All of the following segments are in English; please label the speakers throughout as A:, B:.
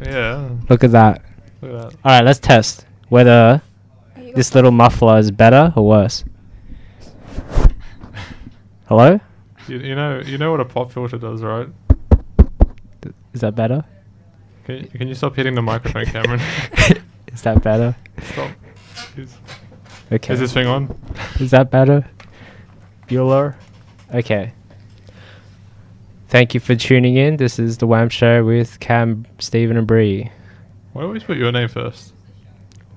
A: Yeah.
B: Look at Ah. that.
A: Look at that.
B: All right, let's test whether this little muffler is better or worse. Hello?
A: You, you know you know what a pop filter does, right?
B: Th- Is that better?
A: Can you, can you stop hitting the microphone, Cameron?
B: Is that better?
A: stop. Is,
B: Okay.
A: is this thing on?
B: Is that better? Bueller? Okay. Thank you for tuning in. This is The Wham Show with Cam, Stephen, and Bree.
A: Why always put your name first?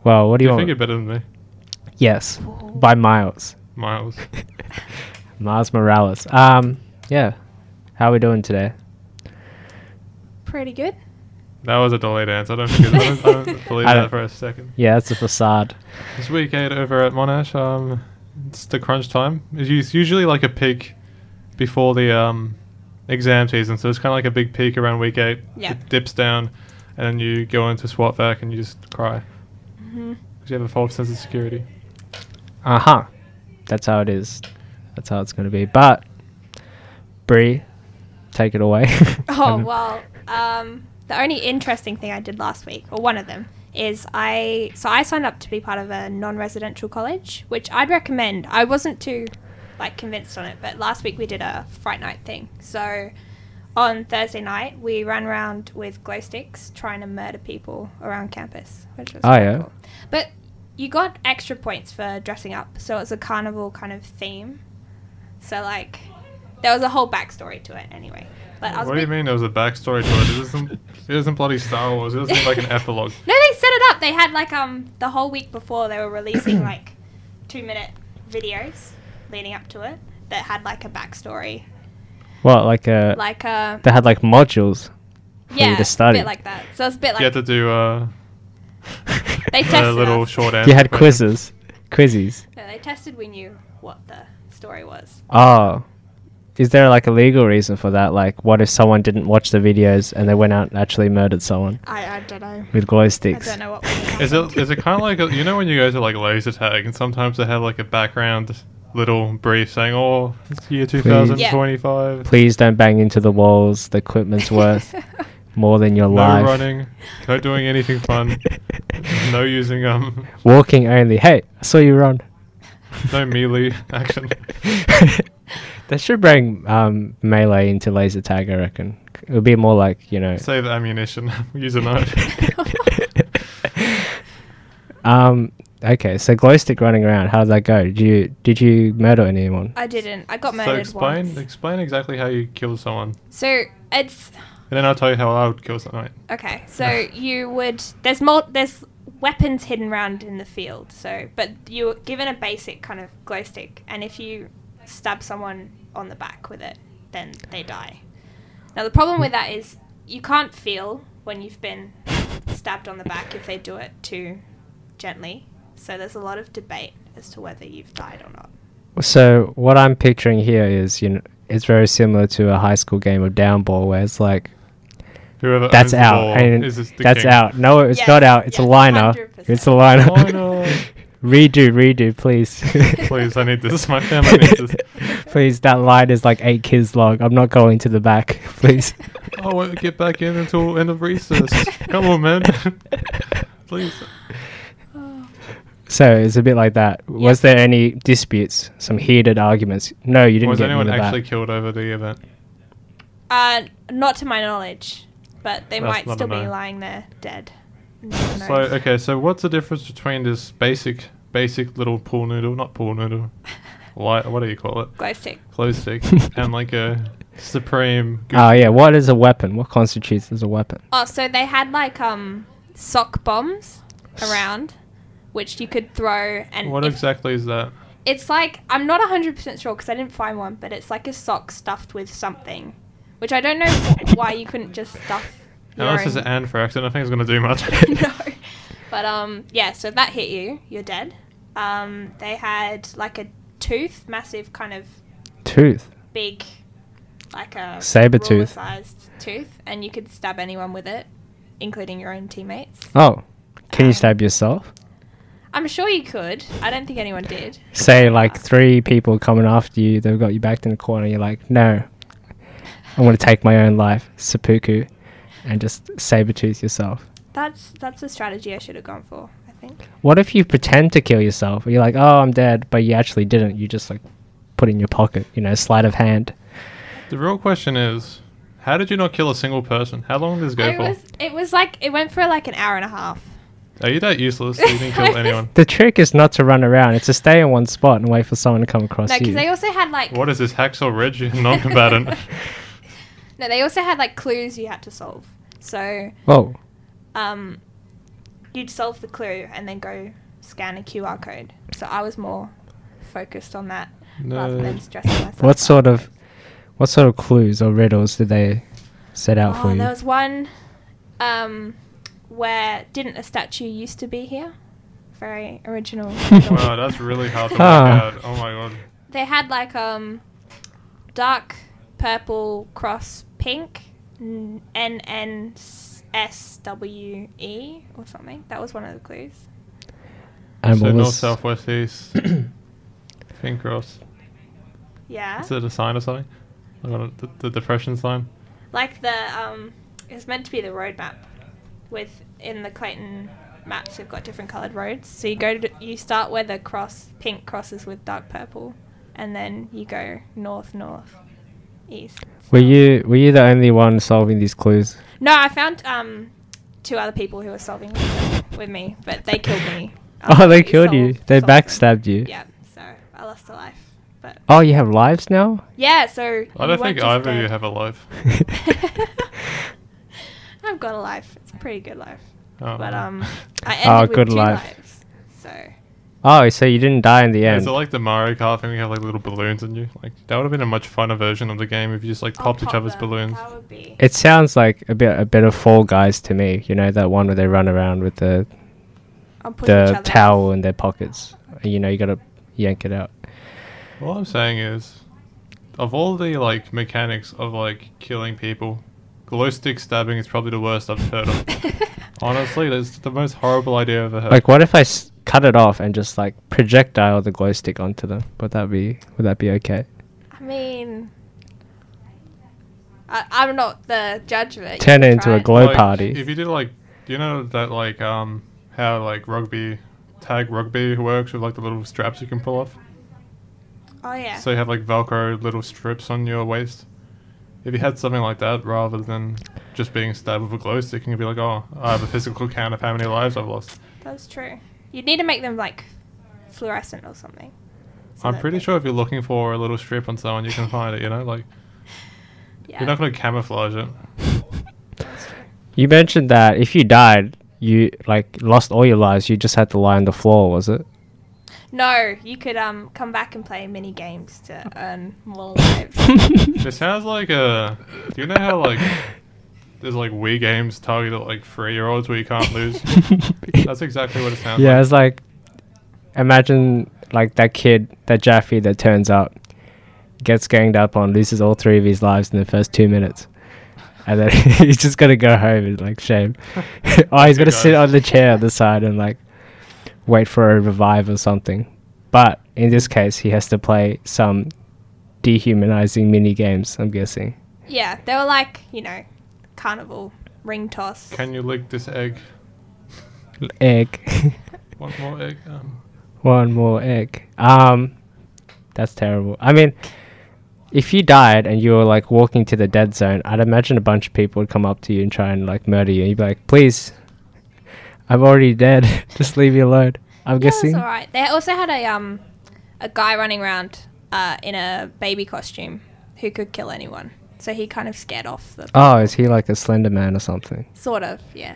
B: Well, what
A: Do
B: do you,
A: you think
B: want?
A: you're better than me,
B: yes, by Miles.
A: Miles?
B: Miles Morales. Um, yeah. How are we doing today?
C: Pretty good.
A: That was a delayed answer. I don't, think I don't, I don't believe
B: I
A: that
B: don't-
A: for a second.
B: Yeah, that's a facade.
A: This weekend over at Monash, um, it's the crunch time. It's us- usually like a peak before the um, exam season, so it's kind of like a big peak around week eight.
C: Yeah.
A: It dips down, and then you go into SWAT vac and you just cry
C: Mm-hmm.
A: because you have a false sense of security.
B: Uh
A: Uh-huh.
B: huh. That's how it is. That's how it's going to be. But, Bree, take it away.
C: Oh
B: Um,
C: well. Um, the only interesting thing I did last week, or one of them, is I so I signed up to be part of a non-residential college, which I'd recommend. I wasn't too like convinced on it, but last week we did a fright night thing. So on Thursday night we ran around with glow sticks trying to murder people around campus, which was
B: Oh,
C: quite
B: yeah?
C: cool. But you got extra points for dressing up, so it was a carnival kind of theme. So like there was a whole backstory to it anyway. Like, I was a
A: What do you
C: bit-
A: mean there was a backstory to it? It isn't, it isn't bloody Star Wars. It isn't like an epilogue.
C: No, they set it up. They had like um the whole week before they were releasing like two minute videos leading up to it that had like a backstory,
B: what, like a.
C: like a
B: they had like modules. you
C: yeah,
B: to study.
C: a bit like that. So it's a bit
A: You had
C: like
A: to do uh,
C: They
A: a
C: tested
A: little
C: us.
A: short answer.
B: you had
A: question.
B: quizzes. Quizzes.
C: no, they tested. We knew what the story was.
B: Oh. Is there like a legal reason for that? Like, what if someone didn't watch the videos and they went out and actually murdered someone
C: I I don't know.
B: with glow
C: I
B: sticks?
C: don't know what. would've
A: Is it
C: happened.
A: is it kind of like a, you know when you go to like laser tag and sometimes they have like a background little brief saying oh it's year 2025
B: Please don't bang into the walls. The equipment's worth more than your
A: no
B: life.
A: running no doing anything fun no using um
B: Walking only. Hey, I saw you run.
A: no melee action
B: That should bring um, melee into laser tag, I reckon. It would be more like, you know.
A: save ammunition use a knife
B: um, okay, so glow stick running around. How did that go? Did you did you murder anyone?
C: I didn't. I got
A: so
C: murdered
A: explain
C: once.
A: explain exactly how you kill someone
C: So it's
A: and then I'll tell you how I would kill someone
C: Okay, so you would there's mul- there's weapons hidden around in the field. So, but you're given a basic kind of glow stick, and if you stab someone on the back with it, then they die. Now the problem with that is you can't feel when you've been stabbed on the back if they do it too gently. So there's a lot of debate as to whether you've died or not.
B: So what I'm picturing here is, you know, it's very similar to a high school game of down ball where it's like
A: whoever owns
B: that's
A: the
B: out
A: ball
B: and
A: is just the
B: that's
A: king.
B: out. No, it's
C: Yes,
B: not out. It's a
C: yes,
B: liner.
C: 100%.
B: It's a liner.
A: Liner.
B: redo, redo, please.
A: please I need this my family needs this
B: please, that line is like eight kids long. I'm not going to the back, please.
A: I won't get back in until end of recess come on man please
B: So it's a bit like that. Was there any disputes? Some heated arguments? No, you didn't
A: Was
B: get me
A: anyone
B: the back.
A: actually killed over the event?
C: Uh, not to my knowledge, but they
A: That's
C: might
A: not a
C: still be
A: no.
C: lying there dead. No one
A: So
C: knows.
A: okay, so what's the difference between this basic, basic little pool noodle, not pool noodle, light, what do you call it,
C: glow stick.
A: glow stick, and like a supreme?
B: Oh yeah. What is a weapon? What constitutes as a weapon?
C: Oh, so they had like um sock bombs around, which you could throw and
A: What
C: if-
A: exactly is that?
C: it's like I'm not hundred percent sure because I didn't find one, but it's like a sock stuffed with something, which I don't know wh- why you couldn't just stuff. Your
A: Unless it's
C: own-
A: an anthrax, I don't think it's gonna do much.
C: no, but um yeah, so that hit you, you're dead. Um, they had like a tooth, massive kind of
B: Tooth.
C: big, like a
B: Saber tooth.
C: sized tooth, and you could stab anyone with it, including your own teammates.
B: Oh, can you
C: Um,
B: stab yourself?
C: I'm sure you could. I don't think anyone did.
B: Say like three people coming after you. They've got you backed in the corner. You're like, no, I'm gonna take my own life. Seppuku. and just saber tooth yourself.
C: That's that's a strategy I should have gone for. I think.
B: What if you pretend to kill yourself? You're like, oh, I'm dead, but you actually didn't. You just like put it in your pocket, you know, sleight of hand.
A: The real question is, how did you not kill a single person? How long did this go
C: it
A: for?
C: was it was like it went for like an hour and a half.
A: Are you that useless? that You didn't kill anyone.
B: The trick is not to run around; it's to stay in one spot and wait for someone to come across
C: No,
B: you.
C: because they also had like
A: What is this hacksaw ridge? Non-combatant.
C: no, they also had like clues you had to solve. So
B: Whoa!
C: um, you'd solve the clue and then go scan a QR code. So I was more focused on that rather than
A: Nerd.
C: stressing myself.
B: What
C: out.
B: sort of, what sort of clues or riddles did they set out for
C: Oh,
B: you?
C: there was one um, where didn't a statue used to be here? Very original.
A: wow, that's really hard to work
B: Ah.
A: out. Oh my god.
C: they had like um, dark purple cross pink N N S W E or something. That was one of the clues.
B: and
A: so
B: what
A: north,
B: was
A: south, west, east. Fingers crossed.
C: Yeah.
A: Is it a sign or something? I got it, the, the depression sign.
C: like the um it's meant to be the road map with in the clayton maps they've got different colored roads so you go to you start where the cross pink crosses with dark purple and then you go north north east
B: Were you were you the only one solving these clues?
C: no i found um two other people who were solving with- with me but they killed me after
B: Oh, they
C: we
B: killed you.
C: solved-
B: They
C: solved them.
B: backstabbed you.
C: yeah so i lost a life but
B: Oh, you have lives now.
C: yeah so
A: I don't think either of you have a life.
C: i've got a life it's a pretty good life
A: Oh.
C: But um, I ended
B: Oh,
C: with
B: good
C: two
B: life.
C: lives. So
B: Oh, so you didn't die in the
A: Yeah,
B: end.
A: is it like the Mario Kart thing? You have like little balloons and you like that would have been a much funner version of the game if you just like
C: I'll
A: popped each
C: pop
A: other's
C: them.
A: balloons.
C: That would be.
B: It sounds like a bit a bit of Fall Guys to me. You know that one where they run around with the
C: I'll push each
B: the
C: other.
B: towel in their pockets. You know you gotta yank it out.
A: All I'm saying is, of all the like mechanics of like killing people, glow stick stabbing is probably the worst I've heard of. Honestly, that's the most horrible idea I've ever heard.
B: Like, what if I s- cut it off and just like projectile the glow stick onto them? Would that be would that be okay?
C: I mean, I, I'm not the judge of it. You
B: Turn
C: can
B: it into
C: try
B: a glow
A: Like,
B: party.
A: If you did like, you know that like um how like rugby tag rugby works with like the little straps you can pull off.
C: Oh yeah.
A: So you have like Velcro little strips on your waist. If you had something like that rather than just being stabbed with a glow stick, you'd be like, oh, I have a physical count of how many lives I've lost.
C: That's true. You'd need to make them like fluorescent or something. So
A: I'm
C: that
A: pretty
C: they-
A: sure if you're looking for a little strip on someone, you can find it. You know, like
C: Yeah.
A: you're not going to camouflage it.
C: That's true.
B: you mentioned that if you died, you like lost all your lives. You just had to lie on the floor, was it?
C: No, you could um come back and play mini games to earn more lives.
A: It sounds like a. Do you know how like there's like Wii games targeted at like three year olds where you can't lose? That's exactly what it sounds
B: yeah,
A: like.
B: it's like imagine like that kid, that Jaffy that turns up, gets ganged up on, loses all three of his lives in the first two minutes. And then he's just gonna go home and like shame. oh, he's
A: Okay,
B: gonna sit
A: guys.
B: on the chair on the side and like wait for a revive or something. But in this case, he has to play some dehumanizing mini games. I'm guessing.
C: yeah, they were like you know, carnival ring toss.
A: Can you lick this egg?
B: Egg.
A: One more egg. Um,
B: One more egg. Um, that's terrible. I mean, if you died and you were like walking to the dead zone, I'd imagine a bunch of people would come up to you and try and like murder you. You'd be like, please, I'm already dead. Just leave me alone. I'm
C: Yeah, it's
B: guessing.
C: all right. They also had a um, a guy running around uh, in a baby costume who could kill anyone. So he kind of scared off the
B: Oh, is he like a slender man or something?
C: sort of yeah.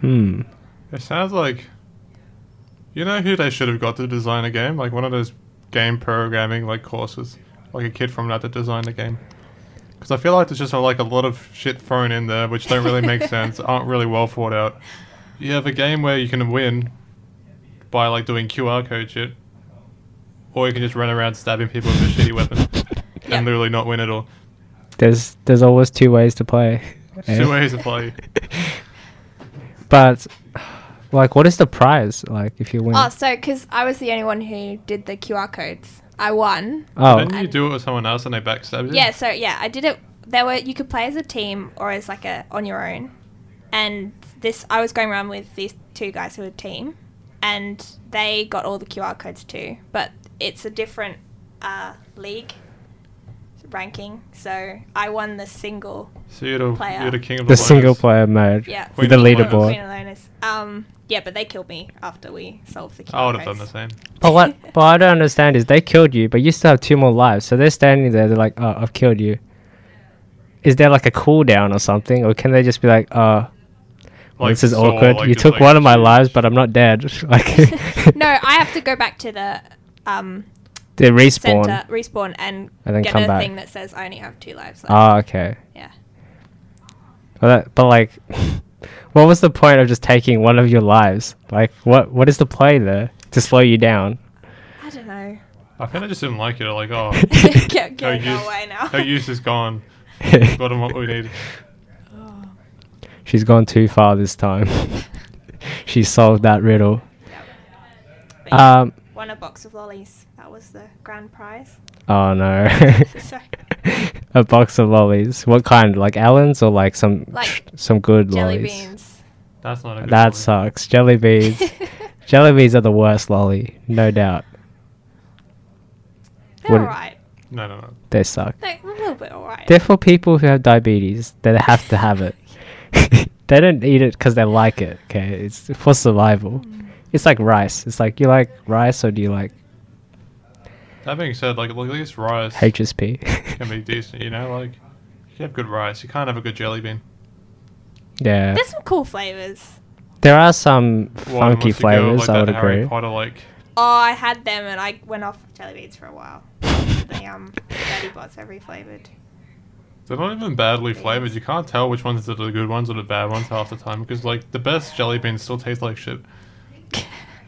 B: Hmm.
A: it sounds like. You know who they should have got to design a game? Like one of those game programming like courses, like a kid from that that designed the game. Because I feel like there's just uh, like a lot of shit thrown in there which don't really make sense, aren't really well thought out. You have a game where you can win by like doing QR code shit, or you can just run around stabbing people with a shitty weapon
C: Yep.
A: and literally not win at all.
B: There's there's always two ways to play. eh?
A: Two ways to play.
B: But like, what is the prize? Like, if you win?
C: Oh, so because I was the only one who did the QR codes, I won.
B: oh.
A: Didn't you do it with someone else and they backstab you?
C: Yeah, so yeah, I did it. there were you could play as a team or as like a on your own. And this I was going around with these two guys who were a team, and they got all the QR codes too. But it's a different uh, league ranking, so I won the single.
A: So you're the,
C: Player.
A: you're the king of
B: The
A: the,
B: single
A: players.
B: player mode.
C: Yeah,
A: Queen
B: With the
A: of the
B: leaderboard.
C: Queen of Loners. Um, yeah, but they killed me after we solved the QR
A: I would have done
C: codes.
A: the same.
B: But what but I don't understand is they killed you, but you still have two more lives. So they're standing there, they're like, Oh, I've killed you. Is there like a cooldown or something? Or can they just be like, oh, well, this is
A: Saul,
B: awkward.
A: like,
B: you
A: just,
B: took
A: like,
B: one of my
A: shoot.
B: lives, but I'm not dead. like
C: no, I have to go back to the um,
B: they respawn.
C: center respawn and,
B: And then
C: get
B: come
C: a
B: back.
C: thing that says I only have two lives left.
B: Ah, okay.
C: yeah.
B: But, that, but like, what was the point of just taking one of your lives? Like, what what is the play there to slow you down?
C: I don't know.
A: I think I just didn't like it. Like, oh,
C: get
A: her
C: get
A: use,
C: go away now.
A: her use is gone. Got him what we need.
B: Oh. She's gone too far this time. she solved that riddle.
C: But yeah,
B: Um.
C: won a box of lollies. That was the grand prize.
B: Oh no.
C: Sorry.
B: A box of lollies. What kind? Like Allen's or like some
C: Like
B: some good
C: Jelly
B: lollies?
C: beans.
A: That's not a good
B: That
A: point.
B: sucks. Jelly beans. Jelly beans are the worst lolly, no doubt.
C: They're
B: What-
C: alright.
A: No, no, no.
B: They suck.
C: They're a little bit alright.
B: They're for people who have diabetes. They have to have it. they don't eat it because they like it. Okay, it's for survival.
C: Mm.
B: It's like rice. It's like you like rice or do you like
A: That being said, like, look, at least rice
B: HSP?
A: can be decent, you know? Like, you have good rice. You can't have a good jelly bean.
B: yeah,
C: There's some cool flavors.
B: there are some
A: Well,
B: funky
A: unless you go,
B: flavors.
A: like,
B: I
A: that
B: would
A: Harry
B: agree.
A: Potter, like,
C: Oh, I had them and I went off jelly beans for a while. the um, Daddy Bots every flavored.
A: they're not even badly flavored. You can't tell which ones are the good ones or the bad ones half the time because, like, the best jelly beans still taste like shit.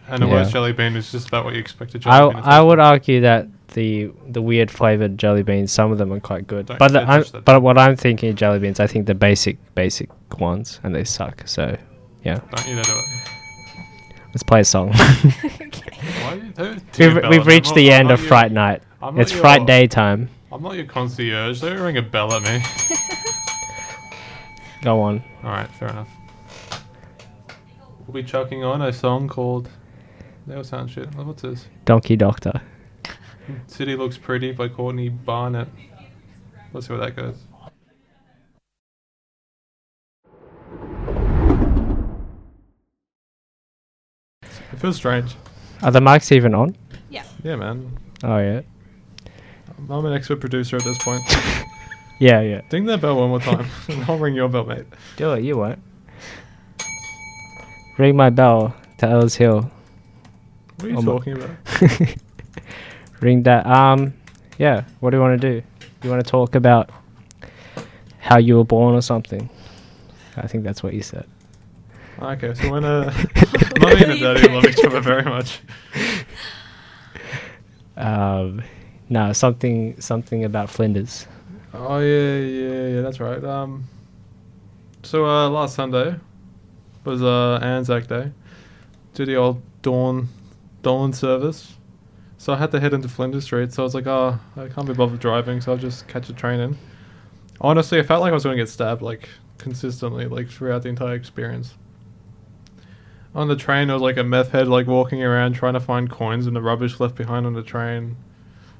A: And the
B: Yeah.
A: worst jelly bean is just about what you expect a jelly
B: I
A: bean to
B: I
A: taste
B: would
A: like.
B: argue that the the weird flavored jelly beans, some of them are quite good.
A: Don't
B: but the,
A: judge
B: I'm,
A: us then.
B: but what I'm thinking of jelly beans, I think the basic basic ones, and they suck. So yeah,
A: Don't you know, do it.
B: let's play a song.
C: okay.
A: Why are you don't
B: we've,
A: Bella,
B: we've
A: I'm
B: reached
A: not-
B: the
A: I'm
B: end
A: not
B: of
A: your-
B: Fright Night.
A: I'm not
B: It's Fright
A: your-
B: Day time.
A: I'm not your concierge. Don't ring a bell at me.
B: Go on.
A: All right, fair enough. We'll be chucking on a song called. That was sound shit. What's this?
B: Donkey Doctor.
A: City Looks Pretty by Courtney Barnett. Let's see where that goes. It feels strange.
B: Are the mics even on?
C: Yeah.
A: Yeah, man.
B: Oh yeah.
A: I'm an expert producer at this point.
B: Yeah, yeah.
A: Ding that bell one more time. and I'll ring your bell, mate.
B: Do it, you won't. Ring my bell to Ellis Hill.
A: What are you
B: Oh my-
A: talking about?
B: Ring that um yeah, what do you wanna do? You wanna talk about how you were born or something? I think that's what you said.
A: Okay, so when uh, mummy and daddy love each other very much.
B: Um no, something something about Flinders.
A: Oh yeah, yeah, yeah. That's right. Um, so uh, last Sunday was uh Anzac Day. Did the old dawn, dawn service. So I had to head into Flinders Street. So I was like, oh, I can't be bothered driving. So I'll just catch a train in. Honestly, I felt like I was going to get stabbed like consistently, like throughout the entire experience. On the train, there was like a meth head like walking around trying to find coins in the rubbish left behind on the train.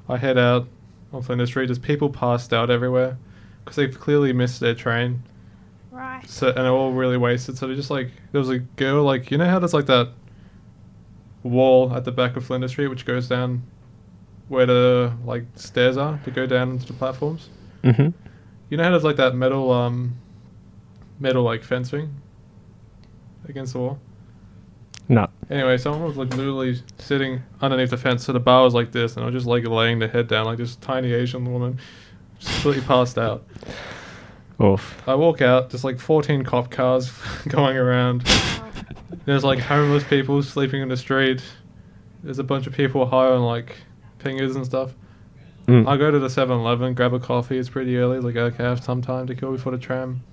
A: I head out on Flinders Street. There's people passed out everywhere because they've clearly missed their train.
C: Right.
A: So and they're all really wasted. So they just like there was a girl like you know how there's like that wall at the back of Flinders Street which goes down where the like stairs are to go down into the platforms.
B: Mm-hmm.
A: You know how there's like that metal um metal like fencing against the wall.
B: No.
A: Anyway, someone was like literally sitting underneath the fence, so the bar was like this, and I was just like laying the head down, like this tiny Asian woman, just completely passed out.
B: Oof.
A: I walk out, there's like 14 cop cars going around. There's like homeless people sleeping in the street. There's a bunch of people high on like pingers and stuff.
B: Mm.
A: I go to the 7 Eleven, grab a coffee. It's pretty early. Like, okay, I have some time to kill before the tram.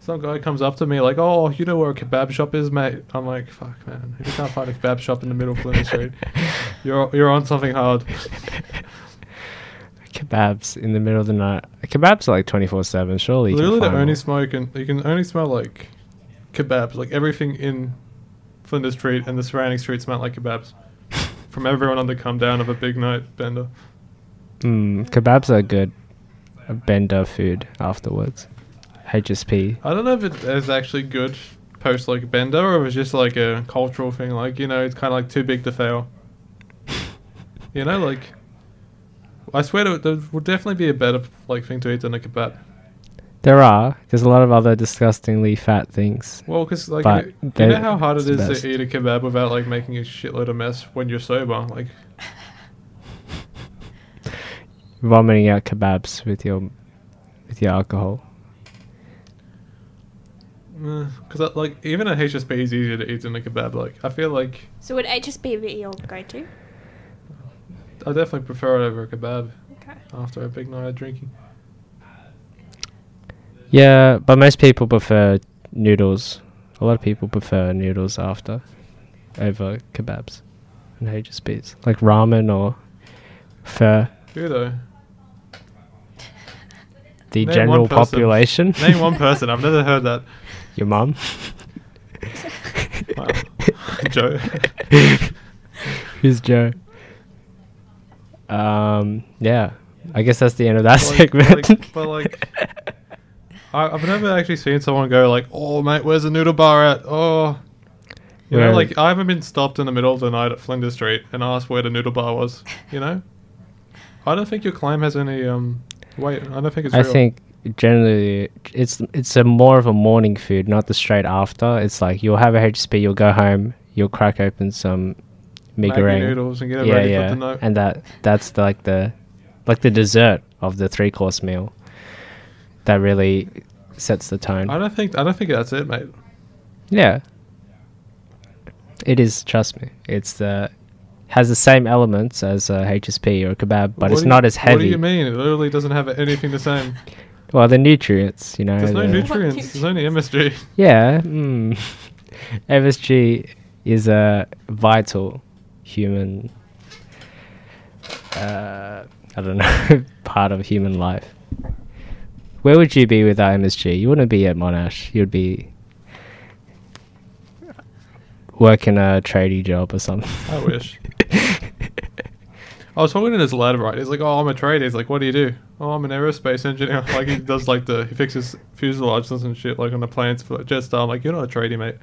A: Some guy comes up to me, like, oh, you know where a kebab shop is, mate? I'm like, fuck, man. If you can't find a kebab shop in the middle of Flinders Street, you're, you're on something hard.
B: kebabs in the middle of the night. Kebabs are like twenty four seven. Surely, you can
A: Literally, the
B: find
A: only
B: one.
A: smoke and you can only smell like kebabs. Like everything in Flinders Street and the surrounding streets smell like kebabs from everyone on the come down of a big night bender.
B: Mm, kebabs are good uh, bender food afterwards. HSP.
A: I don't know if it is actually good post like bender or if it's just like a cultural thing. Like you know, it's kind of like too big to fail. You know, like I swear to, there would definitely be a better like thing to eat than a kebab.
B: There are. There's a lot of other disgustingly fat things.
A: Well, because like
B: But
A: you, you
B: they-
A: know how hard
B: it's
A: it
B: the
A: is
B: best.
A: to eat a kebab without like making a shitload of mess when you're sober. Like
B: Vomiting out kebabs with your with your alcohol.
A: Because Eh, like even a HSP is easier to eat than a kebab. Like I feel like
C: So would HSP be your go-to?
A: I definitely prefer it over a kebab
C: Okay.
A: after a big night of drinking.
B: Yeah, but most people prefer noodles. A lot of people prefer noodles after over kebabs and HSPs, like ramen or pho.
A: Who though?
B: The
A: Name
B: general
A: one person.
B: population.
A: Name one person. I've never heard that.
B: Your mum.
A: Wow. Joe.
B: Who's Joe? Um. Yeah. I guess that's the end of that
A: Like-
B: segment.
A: like- but like- I, I've never actually seen someone go like, "Oh mate, where's the noodle bar at?" Oh. You
B: Where-
A: know, like I haven't been stopped in the middle of the night at Flinders Street and asked where the noodle bar was. You know, I don't think your claim has any um weight. I don't think it's.
B: I
A: real.
B: think generally it's it's a more of a morning food, not the straight after. It's like you'll have a HSP, you'll go home, you'll crack open some mee
A: Maggie
B: goreng,
A: noodles and get it
B: yeah,
A: ready
B: yeah,
A: for the night.
B: and that that's the, like the like the dessert of the three course meal. That really sets the tone.
A: I don't think I don't think that's it, mate.
B: Yeah. It is, trust me. It's the has the same elements as a HSP or a kebab, but
A: What
B: it's
A: do you-
B: not as
A: What do
B: heavy.
A: you mean? It literally doesn't have anything the same.
B: Well, the nutrients, you know.
A: There's no
B: the-
A: nutrients. There's only MSG.
B: Yeah. Mm. MSG is a vital human. Uh, I don't know part of human life. Where would you be without MSG? You wouldn't be at Monash. You'd be working a tradie job or something.
A: I wish. I was talking to this lad, right? He's like, "Oh, I'm a trader." He's like, "What do you do?" "Oh, I'm an aerospace engineer." Like he does, like the he fixes fuselages and shit, like on the planes for like, Jetstar. I'm like, "You're not a tradie, mate.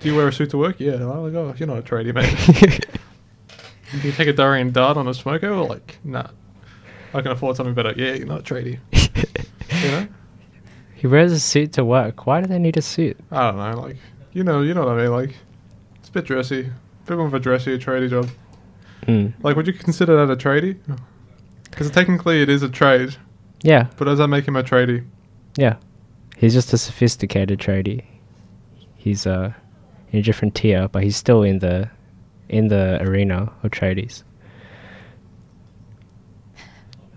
A: Do you wear a suit to work?" "Yeah." I'm like, "Oh, you're not a tradie, mate. Do you take a Dorian dart on a smoker?" Or like, "Nah, I can afford something better." "Yeah, you're not a tradie." You know?
B: he wears a suit to work. Why do they need a suit?
A: I don't know, like you know, you know what I mean. Like it's a bit dressy, a bit more of a dressy tradie job.
B: Mm.
A: Like, would you consider that a tradie? Because technically, it is a trade,
B: Yeah,
A: but does that make him a tradie?
B: yeah. He's just a sophisticated tradie. He's uh, in a different tier, but he's still in the in the arena of tradies.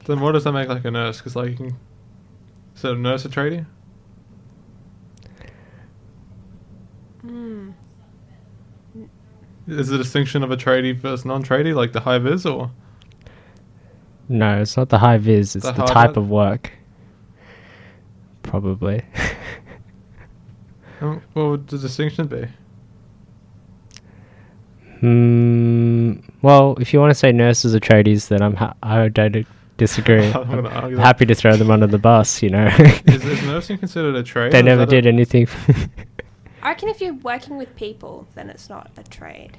A: Then what does that make like a nurse? Because like, you can, is a nurse a tradie?
C: Mm.
A: Is the distinction of a tradie versus non-tradie like the high vis or?
B: No, it's not the high vis. It's
A: The
B: the,
A: hard
B: type
A: hat?
B: of work. Probably.
A: Um, What would the distinction be?
B: Hmm. well, if you want to say nurses are tradies, then I'm ha- I don't disagree.
A: I'm
B: I'm
A: gonna argue that.
B: happy to throw them under the bus. You know,
A: Is, is nursing considered a trade?
B: they
A: or is
B: never
A: that a-
B: did anything.
C: I reckon if you're working with people, then it's not a trade.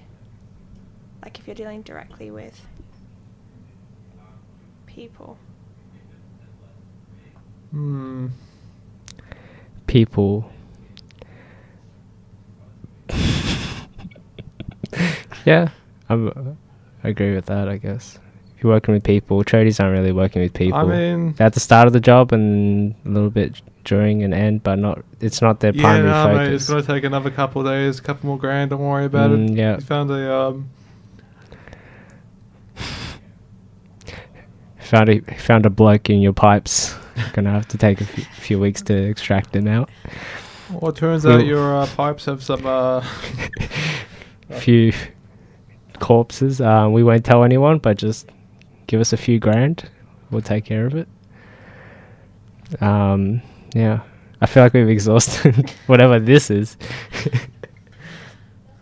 C: Like if you're dealing directly with people.
A: Hmm.
B: people. yeah, I'm, I agree with that. I guess if you're working with people, tradies aren't really working with people.
A: I mean,
B: They're at the start of the job and a little bit during and end, but not. It's not their
A: yeah,
B: primary
A: nah, mate, it's
B: focus.
A: gonna take another couple of days, a couple more grand. Don't worry about
B: Mm,
A: it.
B: yeah.
A: He found a um.
B: found a found a bloke in your pipes. Gonna have to take a few, few weeks to extract him out.
A: Well, it turns
B: Well-
A: out your uh, pipes have some uh.
B: few corpses. Uh, we won't tell anyone, but just give us a few grand. we'll take care of it. Um, yeah, I feel like we've exhausted whatever this is.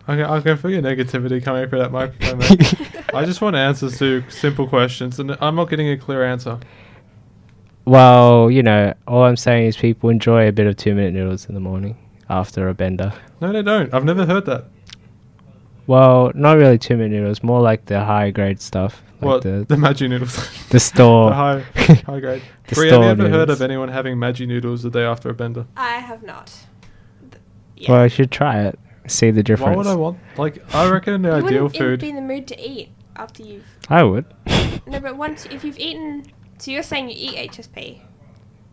A: Okay, I can feel your negativity coming through that microphone. mate. I just want answers to simple questions, and I'm not getting a clear answer.
B: well, you know, all I'm saying is people enjoy a bit of two minute noodles in the morning after a bender.
A: No, they don't. I've never heard that.
B: Well, not really two minute noodles, more like the higher grade stuff, like
A: what? The,
B: the the,
A: Maggi noodles.
B: store.
A: the high, high grade.
B: The
A: Bree, have you
B: store
A: ever heard
B: noodles.
A: of anyone having Maggi noodles the day after a bender?
C: I have not. Th- Yeah.
B: Well, I should try it. See the difference.
A: Why would I want? Like, I reckon the
C: you
A: ideal
C: wouldn't even
A: food.
C: be in the mood to eat after you've.
B: I would.
C: No, but once if you've eaten, so you're saying you eat HSP.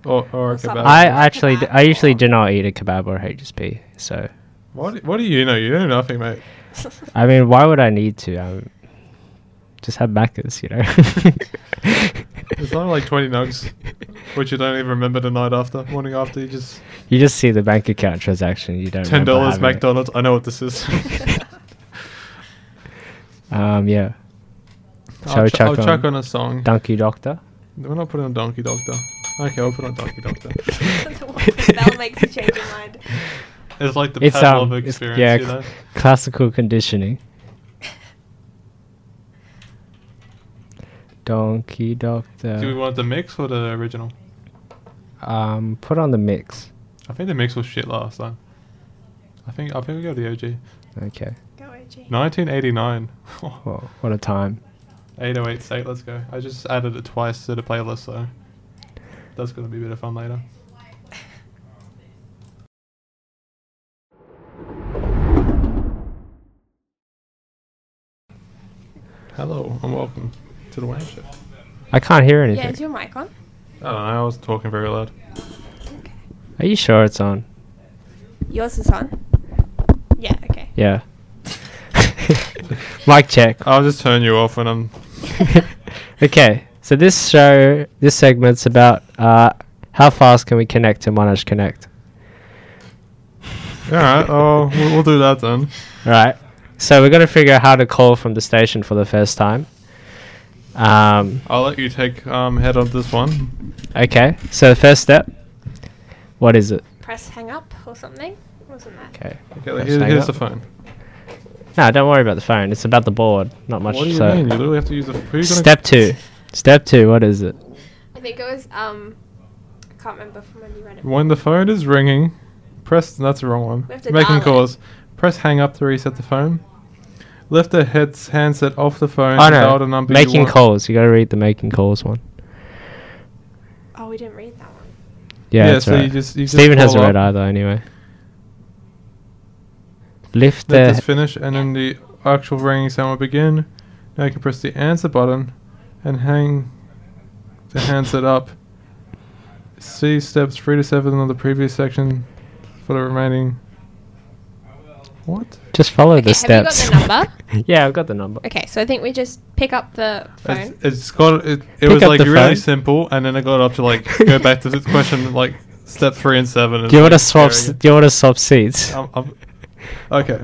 A: Or, or a
C: something.
A: kebab.
B: I actually, d- I
C: Kebab
B: usually
C: or-
B: do not eat a kebab or HSP. So,
A: What, what do you know? You know nothing, mate.
B: I mean, why would I need to? Um, just have Macca's, you know.
A: It's not like 20 nugs, which you don't even remember the night after, morning after. You just
B: You just see the bank account transaction. You don't.
A: ten
B: remember
A: dollars
B: having it.
A: McDonald's. I know what this is.
B: Um, yeah, Shall
A: I'll,
B: we
A: ch-
B: chuck
A: I'll chuck
B: on-
A: on a song.
B: Donkey Doctor.
A: We're not putting on Donkey Doctor. Okay, we'll put on Donkey Doctor.
C: Bell makes you change your mind.
A: It's like the
B: It's
A: pedal
B: um,
A: of
B: it's-
A: experience,
B: yeah,
A: you know.
B: cl- classical conditioning. Donkey Doctor.
A: Do we want the mix or the original?
B: um, put on the mix.
A: I think the mix was shit last time. I think I think we got the OG.
B: Okay.
C: Go OG.
A: 1989.
B: Well, what a time.
A: 808 state. oh Let's go. I just added it twice to the playlist, so that's gonna be a bit of fun later. Hello and welcome to the Wayne Show.
B: I can't hear
C: Yeah,
B: anything.
C: is your mic on?
A: I don't know. I was talking very loud.
B: Are you sure it's on?
C: Yours is on. Yeah. Okay.
B: Yeah. Mic check.
A: I'll just turn you off when I'm.
B: okay, so this show, this segment's about uh, how fast can we connect to Monash Connect.
A: All right. Oh, we'll, we'll do that then.
B: Right. So we're gonna figure out how to call from the station for the first time. Um,
A: I'll let you take um, head on this one.
B: okay. So the first step, what is it?
C: Press hang up or something. Wasn't that?
B: Okay.
A: Okay,
B: let's
A: here,
B: hang
A: here's
B: up.
A: the phone.
B: No, don't worry about the phone. It's about the board. Not much.
A: What do you
B: so
A: mean? You literally have to use the. who you gonna-
B: step two. Step two. What is it?
C: I think it was um. I can't remember from when you read it.
A: When the phone is ringing, press. That's the wrong one.
C: We have to
A: Making
C: dial it.
A: calls. Press hang up to reset the phone. Lift the heads handset off the phone.
B: Oh
A: and dial the
B: no.
A: number you
B: Making
A: want.
B: calls. You gotta read the making calls one.
C: Oh, we didn't read that one.
B: Yeah,
A: Yeah,
B: that's
A: so you
B: right.
A: just- you just
B: Steven hasn't
A: follow
B: read
A: up.
B: either anyway. Lift
A: Let
B: the
A: this finish, and then the actual ringing sound will begin. Now you can press the answer button, and hang the handset up. See steps three to seven on the previous section for the remaining. What?
B: just follow the
C: Okay, have you got
B: steps.
C: the number?
B: yeah, I've got the number.
C: Okay, so I think we just pick up the phone.
A: It's, it's got it. It
B: Pick
A: was
B: up
A: like
B: the
A: really
B: phone.
A: simple, and then it got up to like go back to the question like step three and seven. and
B: Do you
A: like,
B: want to swap?
A: there
B: s-
A: we go.
B: Do you want to swap seats?
A: Um, um, okay.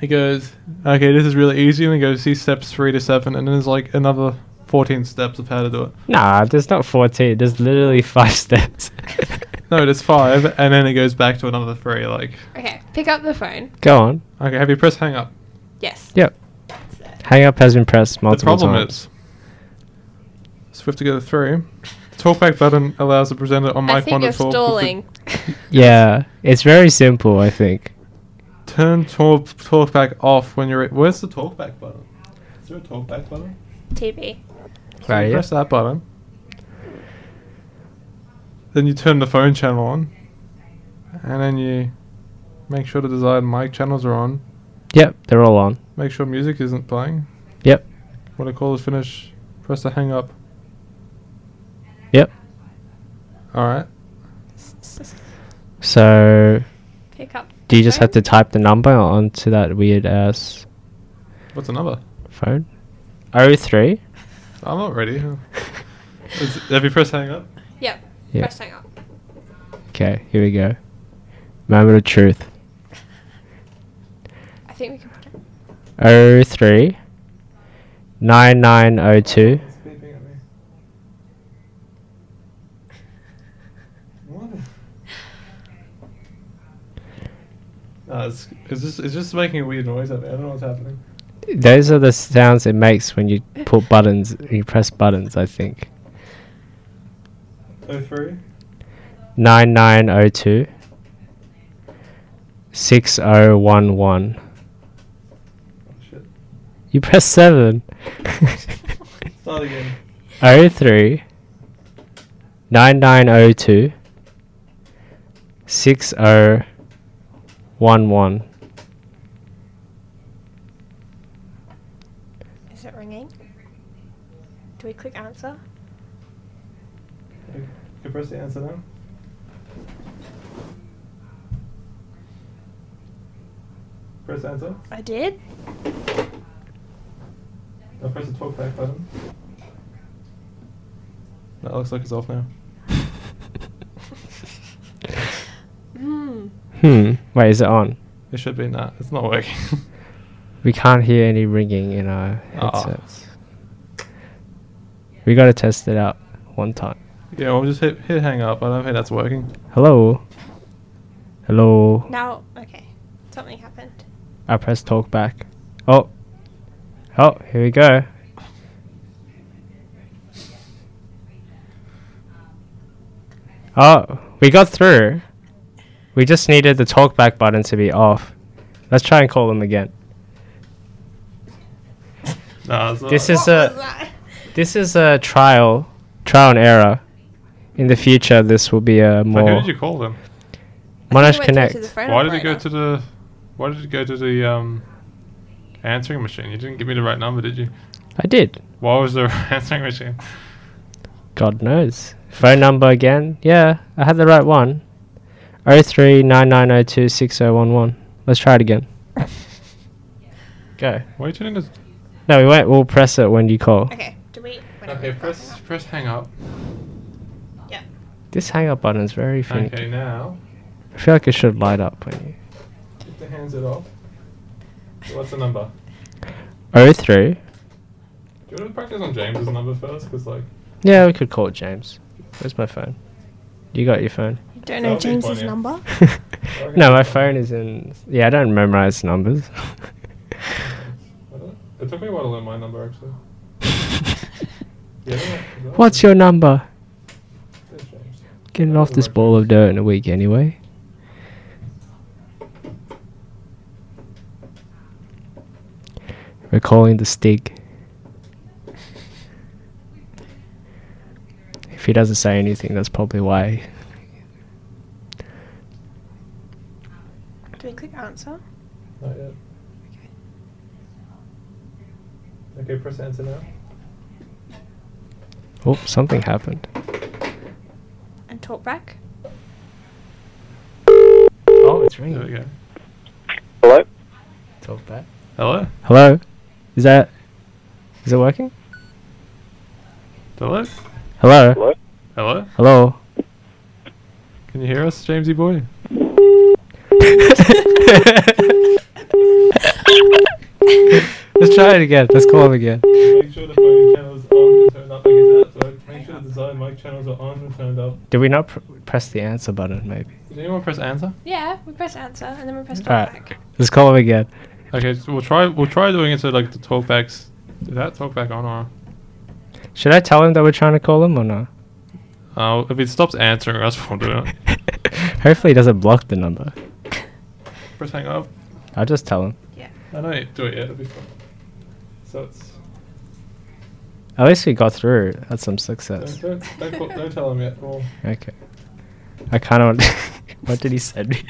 A: He goes, okay, this is really easy. And he goes, see steps three to seven, and then there's like another 14 steps of how to do it.
B: Nah, there's not 14. There's literally five steps.
A: No, there's five, and then it goes back to another three. Like,
C: Okay, pick up the phone.
B: Go on.
A: okay, have you pressed hang up?
C: Yes.
B: Yep. Hang up has been pressed
A: The
B: multiple
A: problem
B: times.
A: is, so we have to go to three. Talkback button allows the presenter on
C: I
A: mic one
C: think
A: to
C: you're
A: talk. with the-
C: stalling.
B: yeah, it's very simple. I think.
A: Turn talk talkback off when you're. Where's the talkback button? Is there a talkback button?
C: TV.
A: So you press that button. Then you turn the phone channel on. And then you make sure the desired mic channels are on.
B: Yep, they're all on.
A: Make sure music isn't playing.
B: Yep.
A: When the call is finished, press the hang up.
B: Yep.
A: Alright.
B: So,
C: Pick up.
B: do you just
C: phone?
B: have to type the number onto that weird ass
A: What's another?
B: phone? O three.
A: I'm not ready. Is, have you pressed hang up?
C: Yep.
B: Yeah.
C: Press hang up.
B: Okay, here we go. Moment of truth.
C: I think we can put it.
B: oh O three. Nine nine O two.
A: Uh, it's, is this is this making a weird noise out there? I don't know what's happening.
B: Those are the sounds it makes when you put buttons, you press buttons, I think.
A: Oh three.
B: 9902 6011.
A: Oh, Shit.
B: You press 7.
A: Start again.
B: 03 9902 6011.
C: Is it ringing? Do we click answer?
A: You can press the answer now. Press answer.
C: I did.
A: Now press the talk back button. That looks like it's off now.
C: Hmm.
B: Hmm. Wait, is it on?
A: It should be nah. It's not working.
B: We can't hear any ringing in our
A: Ah.
B: headsets. We gotta test it out one time.
A: yeah, well just hit hit hang up. I don't think that's working.
B: Hello? Hello?
C: Now, okay. Something happened.
B: I press talk back. Oh. Oh, here we go. Oh, we got through. We just needed the talk back button to be off. Let's try and call them again.
A: Nah, it's not.
B: This is
C: What
B: a-
C: was that?
B: This is a trial, trial and error. In the future, this will be a
A: Like, who
B: more
A: did you call them?
C: I
B: Monash
C: think it went through to the
B: Connect.
C: phone
A: Why did you go
C: operator.
A: to the? Why did you go to the um, answering machine? You didn't give me the right number, did you?
B: I did.
A: Why was there an answering machine?
B: God knows. Phone number again? Yeah, I had the right one. 0399026011. Let's try it again. Go.
A: Why are you doing this?
B: No, we won't. We'll press it when you call.
C: Okay. Do we? wait,
A: Okay,
C: we've got
A: press press hang up.
C: that. Yeah.
B: This hang up button is very finicky.
A: Okay, now
B: I feel like it should light up when you.
A: get the hands it off. So What's the number?
B: 03.
A: Do you want to practice on James's number first? Cause like,
B: Yeah, we could call it James. Where's my phone? You got your phone.
C: You don't
A: That'll
C: know
A: be
C: James's
A: funny.
C: number?
B: no, my phone is in. Yeah, I don't memorize numbers.
A: I don't- it took me a while to learn my number actually. Yeah, I don't know.
B: What's your number?
A: There's James.
B: Getting off this ball of dirt in a week anyway. We're calling the Stig. If he doesn't say anything, that's probably why.
C: Do we click answer?
A: Not yet. Okay, press answer now.
B: Oh, something happened.
C: And talk back?
B: Oh, it's
A: There we go.
D: Hello?
B: Talk back.
A: Hello.
B: Hello? Is that. Is it working?
A: Hello.
B: Hello?
D: Hello?
A: Hello.
B: Hello?
A: Can you hear us, Jamesy boy?
B: Let's try it again. Let's call him again.
A: Make sure the phone channels on and turned up like it's out. So make sure the design mic channels are on and turned up.
B: Did we not pr- press the answer button, maybe?
A: Did anyone press answer?
C: Yeah, we press answer and then we press talk
B: Alright,
C: back.
B: let's call him again.
A: Okay, so we'll try. We'll try doing it so like the talkbacks. Is that talkback on or?
B: Should I tell him that we're trying to call him or not?
A: Uh, if it stops answering us, we'll do it.
B: Hopefully, he doesn't block the number.
A: Press hang up.
B: I'll just tell him.
C: Yeah.
A: I know. Do it. Yeah, it'll be fun. So it's.
B: At least we got through. That's some success.
A: Don't, don't, don't, call- don't tell them yet. Well,
B: Okay. I kind of. what did he send me?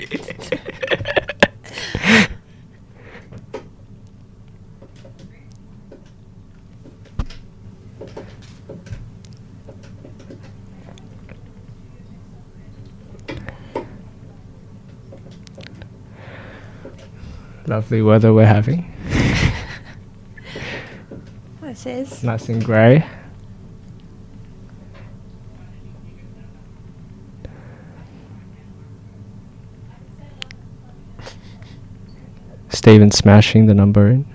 B: Lovely weather we're having.
C: This is.
B: Nice and grey. Steven smashing the number in,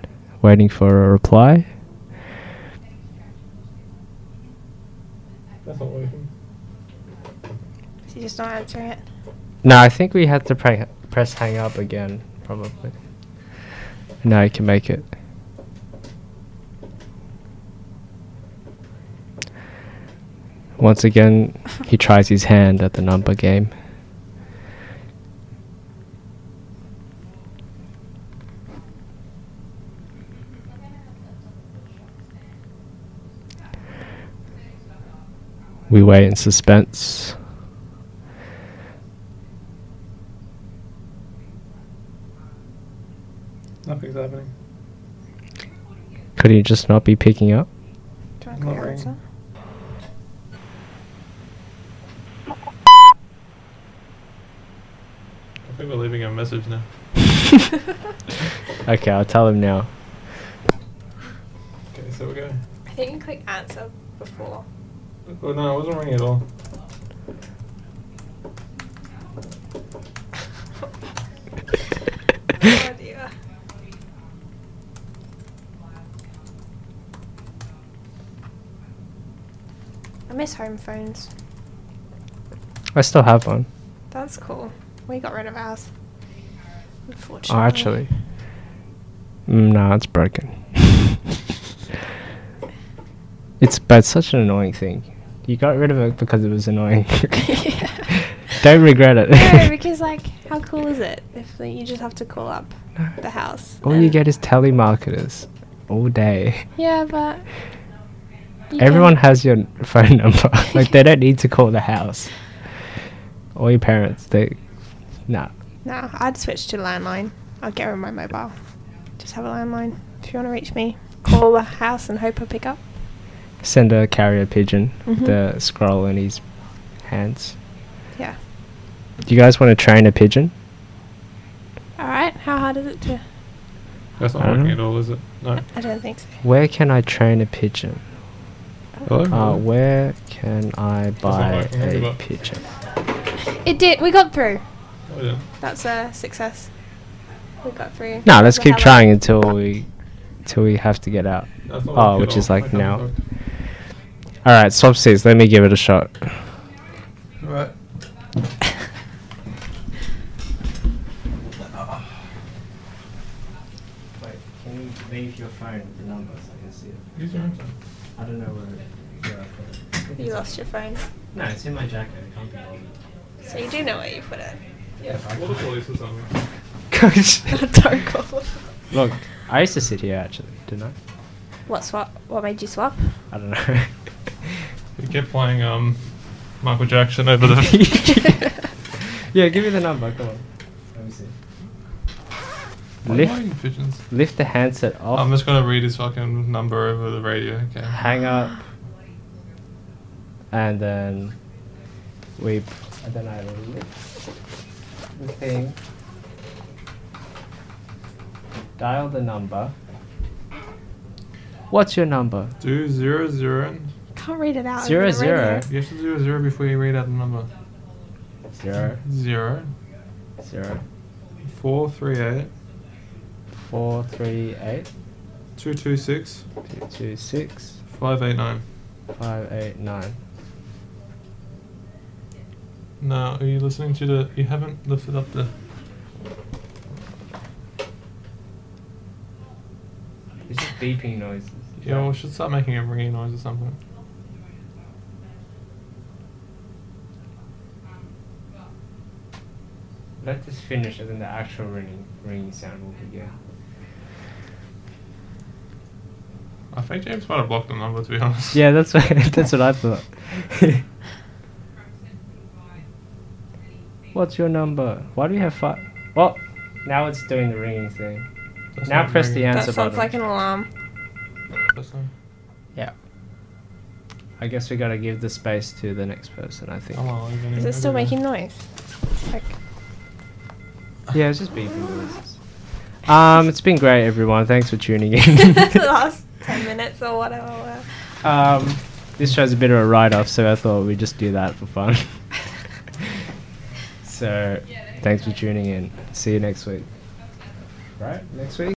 B: waiting for a reply.
A: that's not working.
C: Is he just not answering it?
B: No, I think we had to pre- press hang up again probably. Now you can make it. Once again, he tries his hand at the number game. We wait in suspense.
A: Nothing's happening.
B: Could he just not be picking up?
C: Do you
A: Not
C: want to
A: really.
C: answer?
A: I think we're leaving a message now.
B: Okay, I'll tell him now.
A: Okay, so we go.
C: I think you can click answer before.
A: Oh no, it wasn't ringing at all.
C: Oh dear. I miss home phones.
B: I still have one.
C: That's cool. We got rid of ours. Unfortunately.
B: Oh, actually. Mm, Nah, it's broken. it's but it's such an annoying thing. You got rid of it because it was annoying. Don't regret it.
C: no, because like, how cool is it if like, you just have to call up
B: No.
C: the house?
B: All you
C: and-
B: get is telemarketers all day.
C: Yeah, but you
B: Everyone
C: can-
B: has your phone number. like they don't need to call the house. Or your parents. They nah.
C: No, I'd switch to landline. I'll get rid of my mobile. Just have a landline. If you want to reach me, call the house and hope I pick up.
B: Send a carrier pigeon
C: Mhm.
B: with the scroll in his hands.
C: Yeah.
B: Do you guys want to train a pigeon?
C: All right. How hard is it to?
A: That's not
B: I don't
A: working
B: know. Uh,
A: at all, is it? No.
C: I don't think so.
B: Where can I train a pigeon?
A: Hello?
B: Uh, where can I buy
A: working,
B: a
A: but-
B: pigeon?
C: It did. We got through.
A: Oh, yeah.
C: That's a success. We got through.
B: No, let's
C: The
B: keep
C: hello.
B: trying until we, until we have to get out.
A: That's not
B: Oh,
A: working at
B: which is
A: all.
B: like
A: I can't
B: now.
A: be
B: All right, swap seats. Let me give it a shot.
A: fucked. Right.
B: Wait, can you leave your phone with the number so I can see it?
A: Use your own phone.
B: I don't know where. where I put
C: You lost your phone,
B: No, it's in my jacket. I can't be
C: so you do know where you put it.
A: Call the police or something.
C: Don't call.
B: Look, I used to sit here actually, didn't I?
C: What swap? What made you swap?
B: I don't know.
A: We kept playing um, Michael Jackson over the.
B: yeah, give me the number. Come on. Let me see.
A: Why am I
B: Lift,
A: eating pigeons?
B: lift the handset off.
A: I'm just gonna read his fucking number over the radio. Okay.
B: hang up, and then we. And then I lift the thing. Dial the number. What's your number?
A: Do zero zero.
C: Can't read it out. over
B: Zero,
C: the
B: zero.
C: radio.
A: You have to do a zero before you read out the number.
B: Zero,
A: Zero
B: zero,
A: four three eight
B: four, three, eight,
A: two two six
B: two, two, six,
A: five eight nine.
B: five, eight, nine.
A: No, are you listening to the? You haven't lifted up the.
B: It's just beeping noises.
A: Yeah, well, we should start making a ringing noise or something.
B: Let this finish, and then the actual ringing ringing sound will begin.
A: I think James might have blocked the number to be honest.
B: Yeah, that's what that's what I thought. What's your number? Why do you have five? Well, now it's doing the ringing thing.
A: That's
B: now
A: not
B: press the
A: ringing.
B: answer
C: That sounds
B: button.
C: like an alarm.
A: That's not-
B: yeah. I guess we gotta give the space to the next person. I think.
A: I'm not leaving
C: Is
A: anyway,
C: it still
A: do they?
C: making noise? Like,
B: Yeah, it's just beeping noises. Um, it's been great, everyone. Thanks for tuning in.
C: the last ten minutes or whatever. whatever.
B: um, this show's a bit of a write-off, so I thought we'd just do that for fun. so, thanks for tuning in. See you next week. Right, next week.